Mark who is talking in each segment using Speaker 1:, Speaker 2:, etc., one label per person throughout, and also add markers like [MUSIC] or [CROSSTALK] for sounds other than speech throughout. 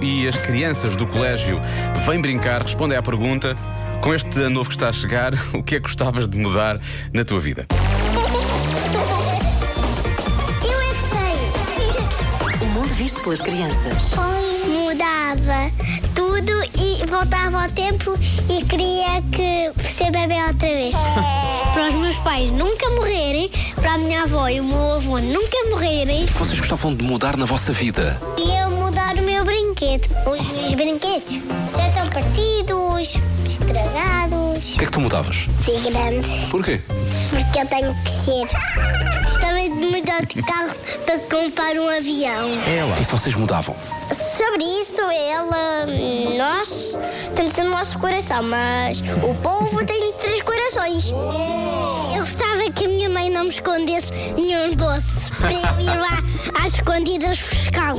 Speaker 1: e as crianças do colégio Vem Brincar respondem à pergunta: com este ano novo que está a chegar, [LAUGHS] o que é que gostavas de mudar na tua vida?
Speaker 2: Eu é que
Speaker 3: O mundo visto pelas crianças.
Speaker 2: sei. Mudava tudo e voltava ao tempo e queria que ser bebê outra vez. Para os meus pais nunca morrerem, para a minha avó e o meu avô nunca morrerem.
Speaker 4: Vocês gostavam de mudar na vossa vida?
Speaker 2: E eu mudar o meu brinquedo. Os meus brinquedos já estão partidos, estragados.
Speaker 4: O que é que tu mudavas?
Speaker 2: De grande.
Speaker 4: Porquê?
Speaker 2: Porque eu tenho que ser. Gostava de mudar de carro para comprar um avião.
Speaker 4: O que é que vocês mudavam?
Speaker 2: Sobre isso, ela. Nós temos o nosso coração, mas o povo tem três corações. Eu gostava que a minha mãe não me escondesse nenhum doce para eu ir lá às escondidas fiscal.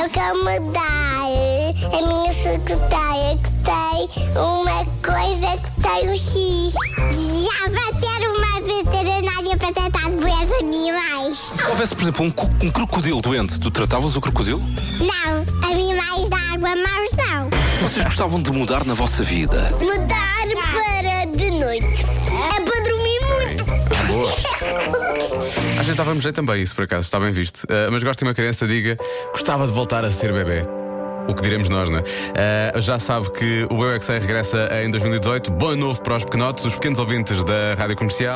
Speaker 2: Eu quero mudar eh, a minha secretária que tem uma coisa que tem um X. Já vai ser uma veterinária para tratar doenças animais.
Speaker 4: Se houvesse, por exemplo, um, co- um crocodilo doente, tu tratavas o crocodilo?
Speaker 2: Não, animais da água, mas não.
Speaker 4: Vocês gostavam de mudar na vossa vida?
Speaker 2: Mudar para de noite. É para dormir muito. [LAUGHS]
Speaker 1: Às vezes dávamos jeito também, isso por acaso, está bem visto. Ah, mas gosto que uma criança diga: gostava de voltar a ser bebê. O que diremos nós, não é? Ah, já sabe que o Eu é Que Sei regressa em 2018. Bom ano novo para os pequenotes, os pequenos ouvintes da rádio comercial.